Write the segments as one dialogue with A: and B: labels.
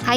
A: Hi,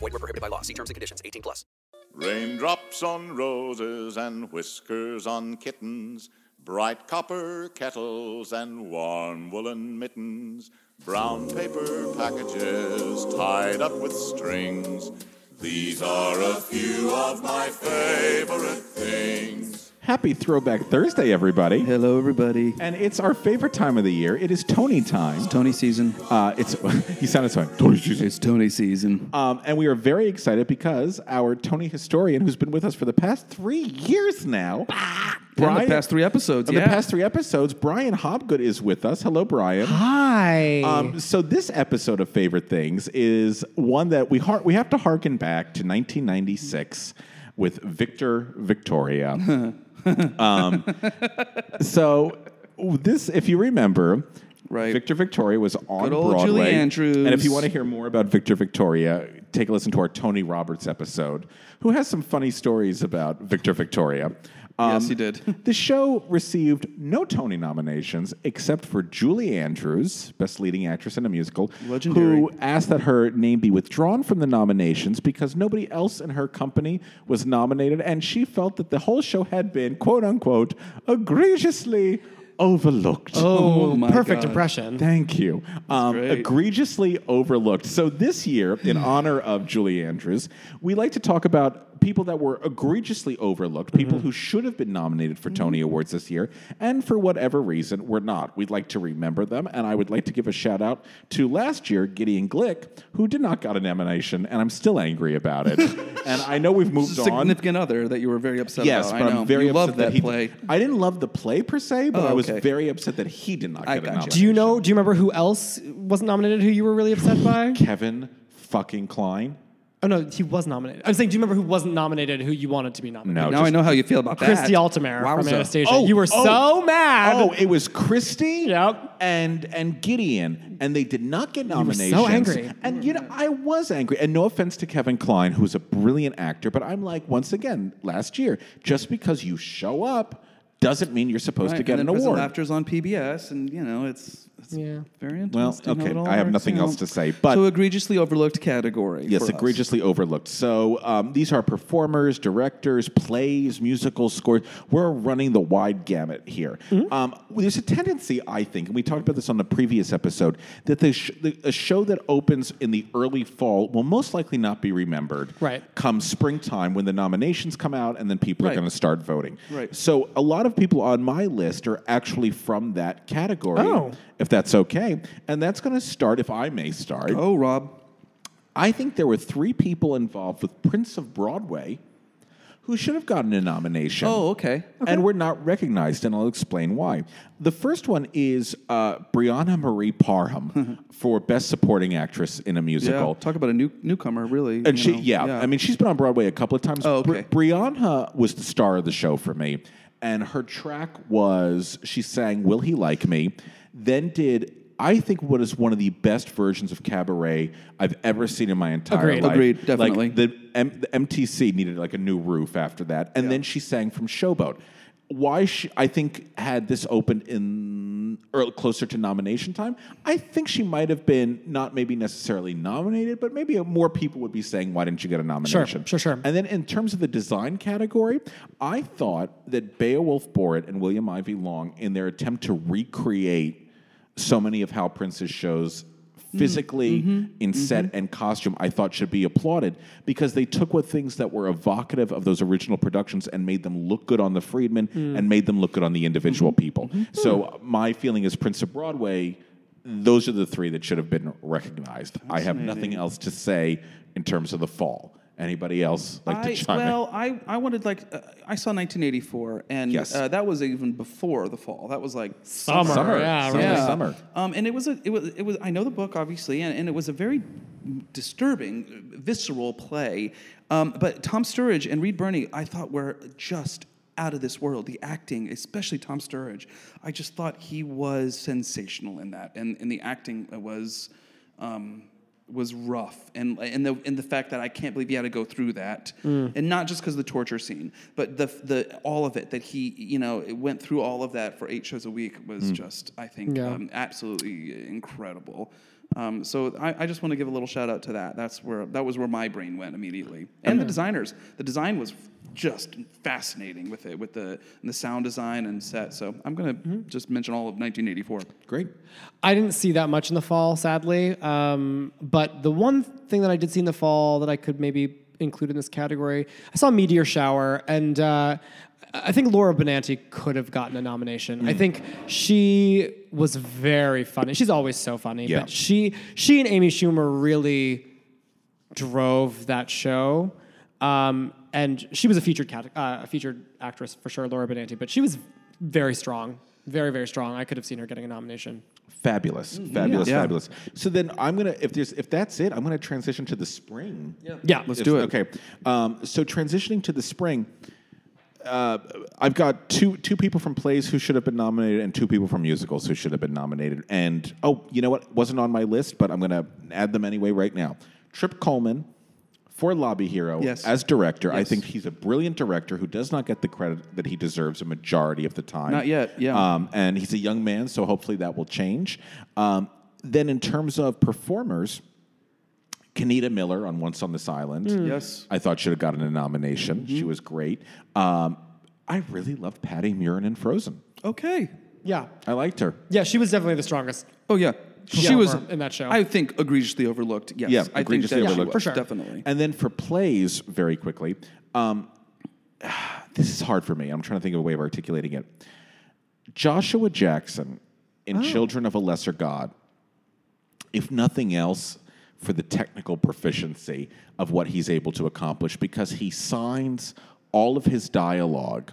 B: Void were prohibited by law. See terms and conditions. 18 plus.
C: Raindrops on roses and whiskers on kittens, bright copper kettles and warm woolen mittens, brown paper packages tied up with strings. These are a few of my favorite things.
D: Happy Throwback Thursday, everybody.
E: Hello, everybody.
D: And it's our favorite time of the year. It is Tony time. It's
E: Tony season.
D: Uh, it's you sounded so Tony season.
E: It's Tony season.
D: Um, and we are very excited because our Tony historian, who's been with us for the past three years now,
E: Brian, the past three episodes,
D: in
E: yeah.
D: the past three episodes, Brian Hobgood is with us. Hello, Brian.
F: Hi.
D: Um, so this episode of Favorite Things is one that we har- we have to harken back to 1996 with Victor Victoria. um, so this, if you remember,
E: Right.
D: Victor Victoria was on
E: Good old
D: Broadway.
E: Julie Andrews.
D: And if you want to hear more about Victor Victoria, take a listen to our Tony Roberts episode, who has some funny stories about Victor Victoria. Um,
E: Yes, he did.
D: the show received no Tony nominations except for Julie Andrews, Best Leading Actress in a Musical,
E: Legendary.
D: who asked that her name be withdrawn from the nominations because nobody else in her company was nominated, and she felt that the whole show had been, quote unquote, egregiously overlooked.
E: Oh, my
F: perfect
E: God.
F: impression.
D: Thank you. Um,
E: great. Hmm.
D: egregiously overlooked. So this year, in honor of Julie Andrews, we like to talk about people that were egregiously overlooked, people
E: Mm-hmm.
D: who should have been nominated for Tony Awards this year, and for whatever reason were not. We'd like to remember them, and I would like to give a shout out to last year Gideon Glick, who did not got a nomination, and I'm still angry about it. and I know we've moved on.
E: Significant other that you were very upset
D: Yes,
E: about.
D: but
E: I know.
D: I'm very
E: you
D: upset
E: love that,
D: he,
E: play.
D: I didn't love the play per se, but
E: Oh,
D: I was
E: okay.
D: very upset that he did not
E: I
D: get a
E: gotcha.
D: nomination.
F: Do you know? Do you remember who else wasn't nominated? Who you were really upset by?
D: Kevin fucking Klein.
F: Oh no, he was nominated. I'm saying, do you remember who wasn't nominated? Who you wanted to be
D: No,
F: nominated?
E: now I know how you feel about that.
F: Christy Altamare from
E: Wowza.
F: Anastasia. you were so mad.
D: Oh, it was Christy
F: Yep.
D: and and Gideon, and they did not get
F: were so
D: nominations.
F: angry.
D: And you know, I was angry. And no offense to Kevin Klein, who's a brilliant actor, but I'm like, once again, last year, just because you show up doesn't mean you're supposed
E: Right,
D: to get
E: and
D: an
E: then Prison
D: award.
E: Laughter's on PBS, and you know it's, it's
F: Yeah.
E: very interesting.
D: Well,
E: how
D: okay,
E: it all
D: I have
E: works
D: nothing
E: out.
D: else to say, but-
E: so egregiously overlooked category.
D: Yes,
E: for us.
D: egregiously overlooked. So um, these are performers, directors, plays, musical scores. We're running the wide gamut here. Um, well, there's a tendency, I think, and we talked about this on the previous episode, that the sh- the, a show that opens in the early fall will most likely not be remembered.
F: Right.
D: Come springtime when the nominations come out, and then people are
E: Right.
D: going to start voting.
E: Right.
D: So a lot of people on my list are actually from that category.
F: Oh.
D: If that's okay, and that's going to start. If I may start.
E: Oh, Rob.
D: I think there were three people involved with Prince of Broadway who should have gotten a nomination.
E: Oh, okay.
D: And were not recognized, and I'll explain why. The first one is uh, Brianna Marie Parham for Best Supporting Actress in a Musical.
E: Yeah, talk about a new newcomer, really.
D: And
E: you
D: she,
E: know,
D: yeah, I mean, she's been on Broadway a couple of times.
E: Oh, okay.
D: Bri- Brianna was the star of the show for me, and her track was she sang "Will He Like Me," then did. I think what is one of the best versions of cabaret I've ever seen in my entire
F: Agreed.
D: life.
E: Agreed,
D: Like,
E: definitely.
D: the, M- the MTC needed like a new roof after that, and then she sang from Showboat. why she, I think had this opened in or closer to nomination time, I think she might have been not maybe necessarily nominated, but maybe more people would be saying, "Why didn't you get a nomination?"
E: Sure, sure, sure.
D: And then in terms of the design category, I thought that Beowulf Borat and William Ivy Long, in their attempt to recreate so many of Hal Prince's shows
E: Mm-hmm.
D: physically
G: Mhm.
D: in set and costume I thought should be applauded because they took what things that were evocative of those original productions and made them look good on the Freedmen
G: Mm.
D: and made them look good on the individual
E: Mm-hmm.
D: people. So uh, my feeling is Prince of Broadway those are the three that should have been recognized. I have nothing else to say in terms of the fall. Anybody else like
F: I,
D: to chime in?
F: well, I, I wanted like uh, I saw 1984, and
D: Yes.
F: uh, that was even before the fall. That was like
D: Summer, Summer, yeah, summer, right. summer.
F: Um, and it was a, it was it was I know the book obviously, and, and it was a very disturbing, visceral play. Um, but Tom Sturridge and Reed Burney, I thought were just out of this world. The acting, especially Tom Sturridge, I just thought he was sensational in that, and and the acting was. Um, was rough and and the and the fact that I can't believe he had to go through that
A: Mm.
F: and not just because of the torture scene but the the all of it that he you know it went through all of that for eight shows a week was
D: Mm.
F: just I think
D: Yeah.
F: um, absolutely incredible um, so I, I just want to give a little shout out to that that's where that was where my brain went immediately and the
D: Mhm.
F: designers the design was just fascinating with it with the and the sound design and set so I'm gonna just mention all of 1984
D: great
E: I didn't see that much in the fall, sadly. Um, but the one thing that I did see in the fall that I could maybe include in this category, I saw Meteor Shower, and uh, I think Laura Benanti could have gotten a nomination. I
D: Mm.
E: think she was very funny. She's always so funny,
D: Yeah.
E: but she she and Amy Schumer really drove that show. Um, and she was a featured cat, uh, a featured actress for sure, Laura Benanti, but she was very strong, very very strong. I could have seen her getting a nomination.
D: Fabulous,
F: Mm-hmm.
E: Mhm.
D: fabulous,
E: Yeah.
D: fabulous. So then I'm gonna if there's if that's it, I'm gonna transition to the spring. Yeah,
E: Yeah. Let's do it.
D: Okay, um, so transitioning to the spring, uh, I've got two two people from plays who should have been nominated and two people from musicals who should have been nominated. And oh, you know what wasn't on my list, but I'm gonna add them anyway right now. Trip Coleman for Lobby Hero
F: Yes.
D: as director. I think he's a brilliant director who does not get the credit that he deserves a majority of the time.
F: Not yet, yeah.
D: Um, and he's a young man, so hopefully that will change. Um, then, in terms of performers, Kanita Miller on Once on This Island.
F: Mm. Yes.
D: I thought should have gotten a nomination. She was great. Um, I really love Patty Murin in Frozen.
F: okay
E: yeah
D: I liked her.
E: Yeah, she was definitely the strongest.
F: oh yeah she
E: performer
F: was
E: in that show.
F: I think egregiously overlooked yes
D: Yeah,
F: I think
D: egregiously
F: that she
D: overlooked.
F: was, definitely
D: And then for plays, very quickly, um, this is hard for me. I'm trying to think of a way of articulating it. Joshua Jackson in
G: Oh.
D: Children of a Lesser God, if nothing else, for the technical proficiency of what he's able to accomplish, because he signs all of his dialogue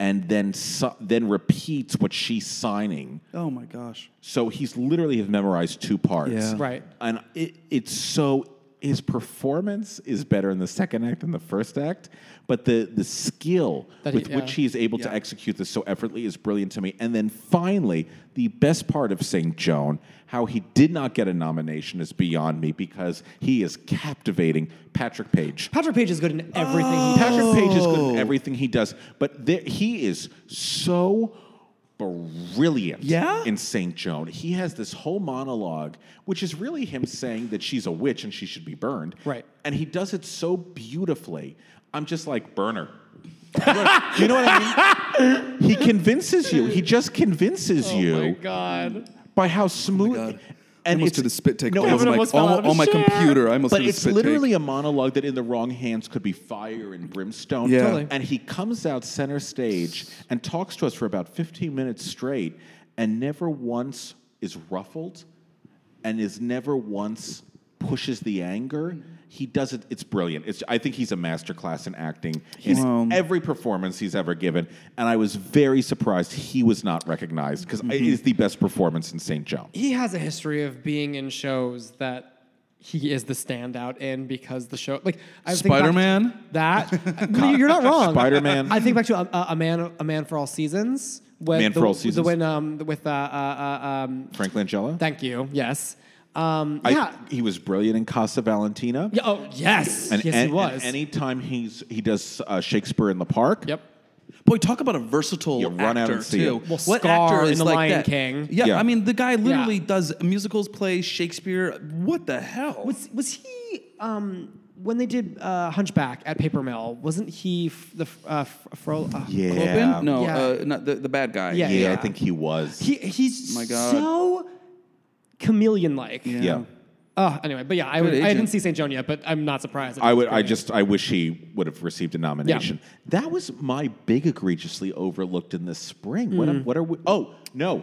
D: and then su- then repeats what she's signing
F: oh my gosh
D: so he's literally have memorized two parts.
F: Yeah. Right.
D: And it, it's so his performance is better in the second act than the first act, but the the skill
G: That he-
D: with which
G: yeah.
D: he is able to execute this so effortlessly is brilliant to me. And then finally, the best part of St. Joan, how he did not get a nomination is beyond me because he is captivating Patrick Page.
E: Patrick Page is good in everything. he does.
D: Patrick Page is good in everything he does, but there, he is so brilliant
G: Yeah?
D: in St. Joan. He has this whole monologue, which is really him saying that she's a witch and she should be burned. Right. And he does it so beautifully. I'm just like, burner. you know what I mean? He convinces you. He just convinces you
E: God.
D: by how
F: Oh
D: smooth. and
F: almost
D: it's
F: did a spit take
D: no,
F: all of
D: Evan
F: my,
D: almost fell
F: all-
D: out of his
F: all my
D: chair.
F: computer. I almost
D: but
F: did a
D: it's
F: spit take.
D: literally a monologue that, in the wrong hands, could be fire and brimstone.
F: Yeah. Totally.
D: And he comes out center stage and talks to us for about 15 minutes straight, and never once is ruffled, and is never once pushes the anger. He does it. It's brilliant. It's, I think he's a masterclass in acting
G: He's-
D: in every performance he's ever given, and I was very surprised he was not recognized because
F: Mm-hmm.
D: it is the best performance in St. Joe.
E: He has a history of being in shows that he is the standout in because the show like I think back to
F: Spider-Man?
E: that No, you're not wrong
D: Spider-Man.
E: I think back to a, a- a man a man for all seasons when
D: Man
E: the,
D: for All
E: the
D: Seasons.
E: when um with uh, uh, uh um
D: Frank Langella.
E: thank you yes um
D: I-
E: yeah
D: he was brilliant in Casa Valentina.
E: Yeah, oh yes
D: And
E: yes
D: an-
E: he was
D: And anytime he's he does uh, Shakespeare in the Park. Yep.
F: boy, talk about a versatile
D: Yeah, run
F: actor
D: out and see
F: too.
D: it. Well,
F: what
E: Scar
F: actor
E: in
F: is
E: The
F: like
E: Lion
F: that?
E: King.
F: Yeah,
D: Yeah.
F: I mean, the guy literally does musicals, plays Shakespeare. What the hell?
E: Was was he um, when they did uh, Hunchback at Paper Mill? Wasn't he f- the f- uh, f- Fro? Uh,
D: Yeah.
F: Clopin? No,
E: Yeah.
F: uh, not the, the bad guy.
E: Yeah, yeah.
D: I think he was.
E: He he's
F: Oh My God.
E: so chameleon like.
D: yeah.
E: Uh, anyway, but yeah, I, would,
F: Good
E: I didn't
F: agent.
E: see St. Joan yet, but I'm not surprised.
D: I would. I just. I wish he would have received a nomination. That was my big egregiously overlooked in the spring. What,
E: Mm.
D: am- what are we? Oh no.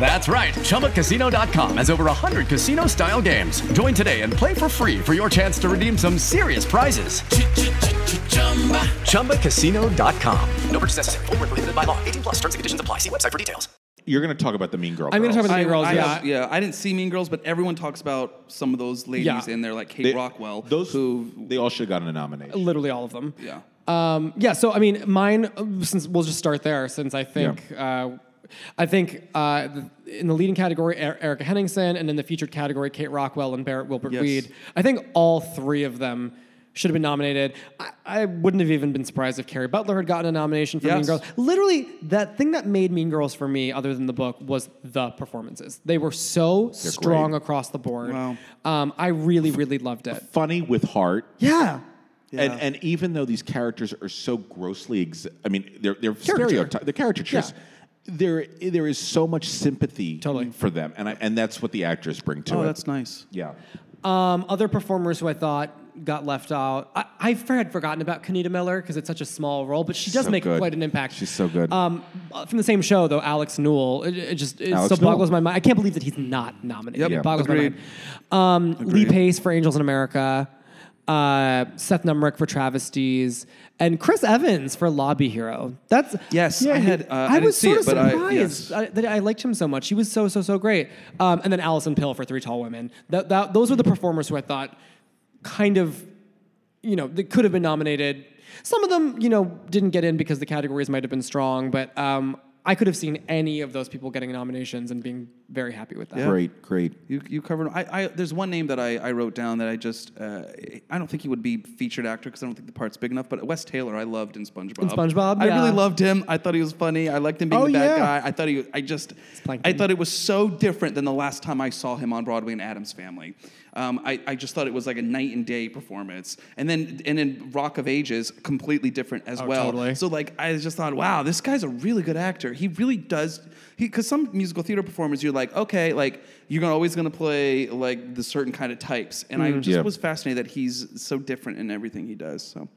G: That's right, ChumbaCasino.com has over 100 casino style games. Join today and play for free for your chance to redeem some serious prizes. ChumbaCasino.com.
B: No purchase necessary. Void were prohibited by law. 18 plus. Terms and conditions apply. See website for details.
D: You're going to talk about the Mean Girl.
E: I'm gonna talk
D: girls.
E: about the Mean Girls,
F: I,
E: yeah.
F: yeah, I didn't see Mean Girls, but everyone talks about some of those ladies
E: Yeah.
F: in there, like Kate
D: They-
F: Rockwell.
D: Those they all should have gotten a nomination.
E: literally all of them.
F: Yeah.
E: Um, yeah. So I mean, mine. uh, Since we'll just start there, since I think. Uh, I think uh, th- in the leading category, er- Erica Henningsen, and in the featured category, Kate Rockwell and Barrett Wilbert
F: Yes.
E: Weed. I think all three of them should have been nominated. I, I wouldn't have even been surprised if Carrie Butler had gotten a nomination for Mean
F: Yes.
E: Girls. Literally, that thing that made Mean Girls for me, other than the book, was the performances. They were so strong across the board.
D: Wow.
E: Um, I really, really loved it.
D: funny with heart.
E: Yeah.
D: And, and even though these characters are so grossly, ex- I mean, they're, they're stereotypes, they're caricatures. There, there is so much sympathy for them, and I, and that's what the actors bring to
F: Oh,
D: it.
F: that's nice.
D: Yeah,
E: Um, other performers who I thought got left out. I, I had forgotten about Kanita Miller because it's such a small role, but she does
D: so
E: make
D: good.
E: quite an impact.
D: She's so good.
E: Um, uh, from the same show though, Alex Newell. It, it just it
D: Alex
E: so
D: Newell.
E: boggles my mind. I can't believe that he's not nominated.
D: Yep.
E: It
D: Yeah.
E: boggles
D: Agreed.
E: my mind. Um, Lee Pace for Angels in America. Uh, Seth Numrick for Travesties and Chris Evans for Lobby Hero. That's
F: Yes, I had, uh, I
E: I
F: didn't
E: was
F: see
E: sort of
F: it, but I-
E: surprised
F: yes.
E: I- that I liked him so much. He was so so so great. Um, and then Allison Pill for Three Tall Women. That, that those were the performers who I thought kind of, you know, that could have been nominated. Some of them, you know, didn't get in because the categories might have been strong, but um, I could have seen any of those people getting nominations and being very happy with that.
D: great, great.
F: You, you covered. I, I there's one name that I, I wrote down that I just uh, I don't think he would be featured actor because I don't think the part's big enough. But Wes Taylor, I loved in SpongeBob.
E: In SpongeBob,
F: I
E: yeah.
F: really loved him. I thought he was funny. I liked him being
E: Oh,
F: the
E: yeah.
F: bad guy. I thought he. I just. I
E: Plankton.
F: thought it was so different than the last time I saw him on Broadway in Adam's Family. Um, I, I just thought it was like a night and day performance. And then and in Rock of Ages, completely different as
E: Oh,
F: well.
E: totally.
F: So like I just thought, wow, this guy's a really good actor. He really does. He because some musical theater performers, you're like, okay, like you're gonna- always going to play like the certain kind of types. And I
D: Mhm.
F: just
D: Yeah.
F: was fascinated that he's so different in everything he does. So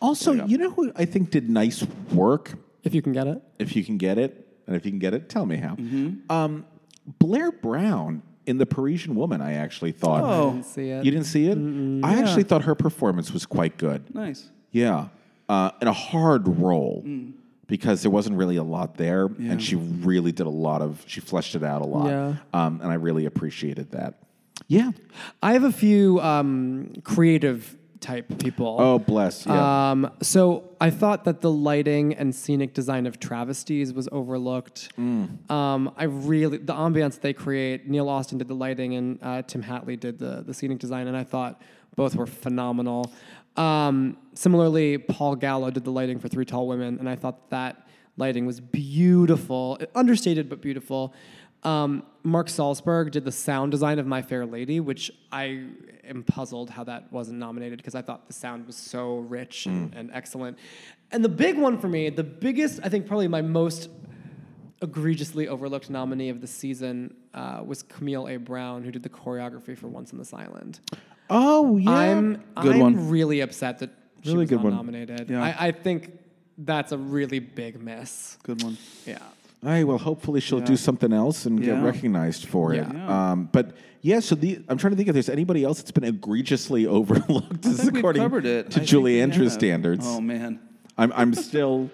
D: Also, you know who I think did nice work,
E: If you can get it.
D: if you can get it, and if you can get it, tell me how. Um, Blair Brown in The Parisian Woman, I actually thought.
F: Oh. I
E: didn't see it.
D: you didn't see it? I
F: Yeah.
D: actually thought her performance was quite good.
F: nice.
D: Yeah, uh, and a hard role
F: Mm.
D: because there wasn't really a lot there, and she really did a lot of. She fleshed it out a lot,
E: Yeah.
D: um, and I really appreciated that. Yeah.
E: I have a few um, creative type people.
D: Oh, bless.
F: Uh,
D: Yeah.
E: Um, so I thought that the lighting and scenic design of travesties was overlooked. Um, I really the ambiance they create. Neil Austin did the lighting, and uh, Tim Hatley did the the scenic design, and I thought both were phenomenal. Um, similarly, Paul Gallo did the lighting for Three Tall Women, and I thought that lighting was beautiful, understated but beautiful. Um, Mark Salzberg did the sound design of My Fair Lady, which I am puzzled how that wasn't nominated because I thought the sound was so rich
D: Mm.
E: and, and excellent. And the big one for me, the biggest, I think probably my most egregiously overlooked nominee of the season uh, was Camille A. Brown, who did the choreography for Once on This Island.
D: oh yeah.
E: I'm
D: Good
E: I'm
D: one.
E: really upset that she
D: Really
E: was
D: good
E: not
D: one.
E: nominated.
D: Yeah.
E: I, I think that's a really big miss.
F: Good one.
E: Yeah.
D: All right. Well, hopefully she'll
E: Yeah.
D: do something else and get
E: Yeah.
D: recognized for it.
E: Yeah.
D: Um, but yeah, so the, I'm trying to think if there's anybody else that's been egregiously overlooked. This is
F: we've
D: according
F: covered it.
D: to
F: I
D: Julie
F: think we
D: Andrews
F: have.
D: standards.
F: Oh, man.
D: I'm I'm still.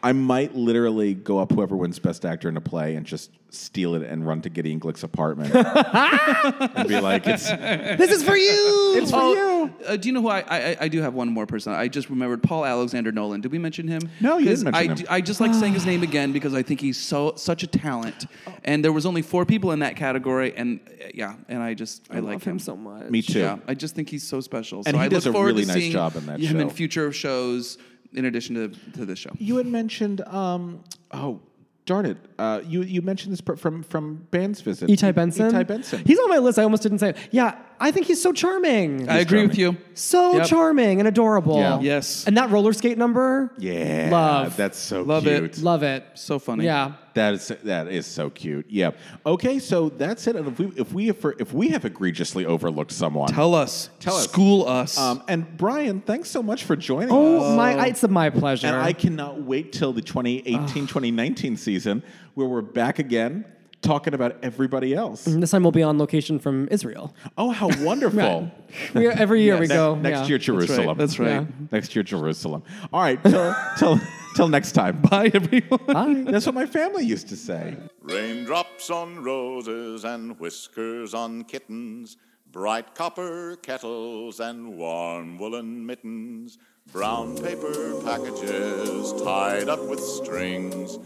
D: I might literally go up whoever wins Best Actor in a play and just steal it and run to Gideon Glick's apartment and be like, "It's
F: this
D: is for you. It's for
E: Oh,
F: you. Uh, do you know who I, I? I do have one more person. I just remembered Paul Alexander Nolan. Did we mention him?
D: No, you didn't
F: 'Cause
D: mention
F: I,
D: him.
F: d- I just like saying his name again because I think he's so such a talent. And there was only four people in that category, and uh, yeah, and I just I, like him. so much.
D: Me too.
F: Yeah, I just think he's so special.
D: And
F: so
D: he
F: I
D: does
F: look
D: a
F: forward
D: really
F: to
D: nice
F: seeing
D: job in that
F: him in
D: show.
F: future shows, in addition to to this show.
D: You had mentioned, um, oh, darn it. Uh, you, you mentioned this per- from, from Band's visit.
E: Itai Benson.
D: Itai Benson.
E: He's on my list. I almost didn't say it. Yeah, I think he's so charming.
F: I agree with you.
E: So
F: Yep.
E: charming and adorable.
F: Yeah. Yes.
E: And that roller skate number.
D: Yeah.
E: Love.
D: That's so
F: Love
D: cute.
F: it.
E: Love it.
F: So funny.
E: Yeah.
D: That is that is so cute. Yeah. Okay, so that's it. And if we if we have, if we have egregiously overlooked someone,
F: Tell us.
D: Tell us.
F: School us.
D: Um, and Brian, thanks so much for joining us.
E: Oh, my! It's my pleasure.
D: And I cannot wait till the 2018 2019 season where we're back again talking about everybody else.
E: And This time we'll be on location from Israel.
D: Oh, how wonderful.
E: We are- every year we
D: Ne-
E: go.
D: Next
E: yeah.
D: year, Jerusalem.
F: That's right.
E: Mm-hmm.
D: Next year, Jerusalem. All right. Till, till, till next time.
F: Bye, everyone.
D: That's what my family used to say.
C: Raindrops on roses and whiskers on kittens, bright copper kettles and warm woolen mittens, brown paper packages tied up with strings.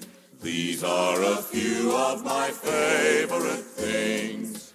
C: These are a few of my favorite things.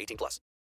B: 18 plus.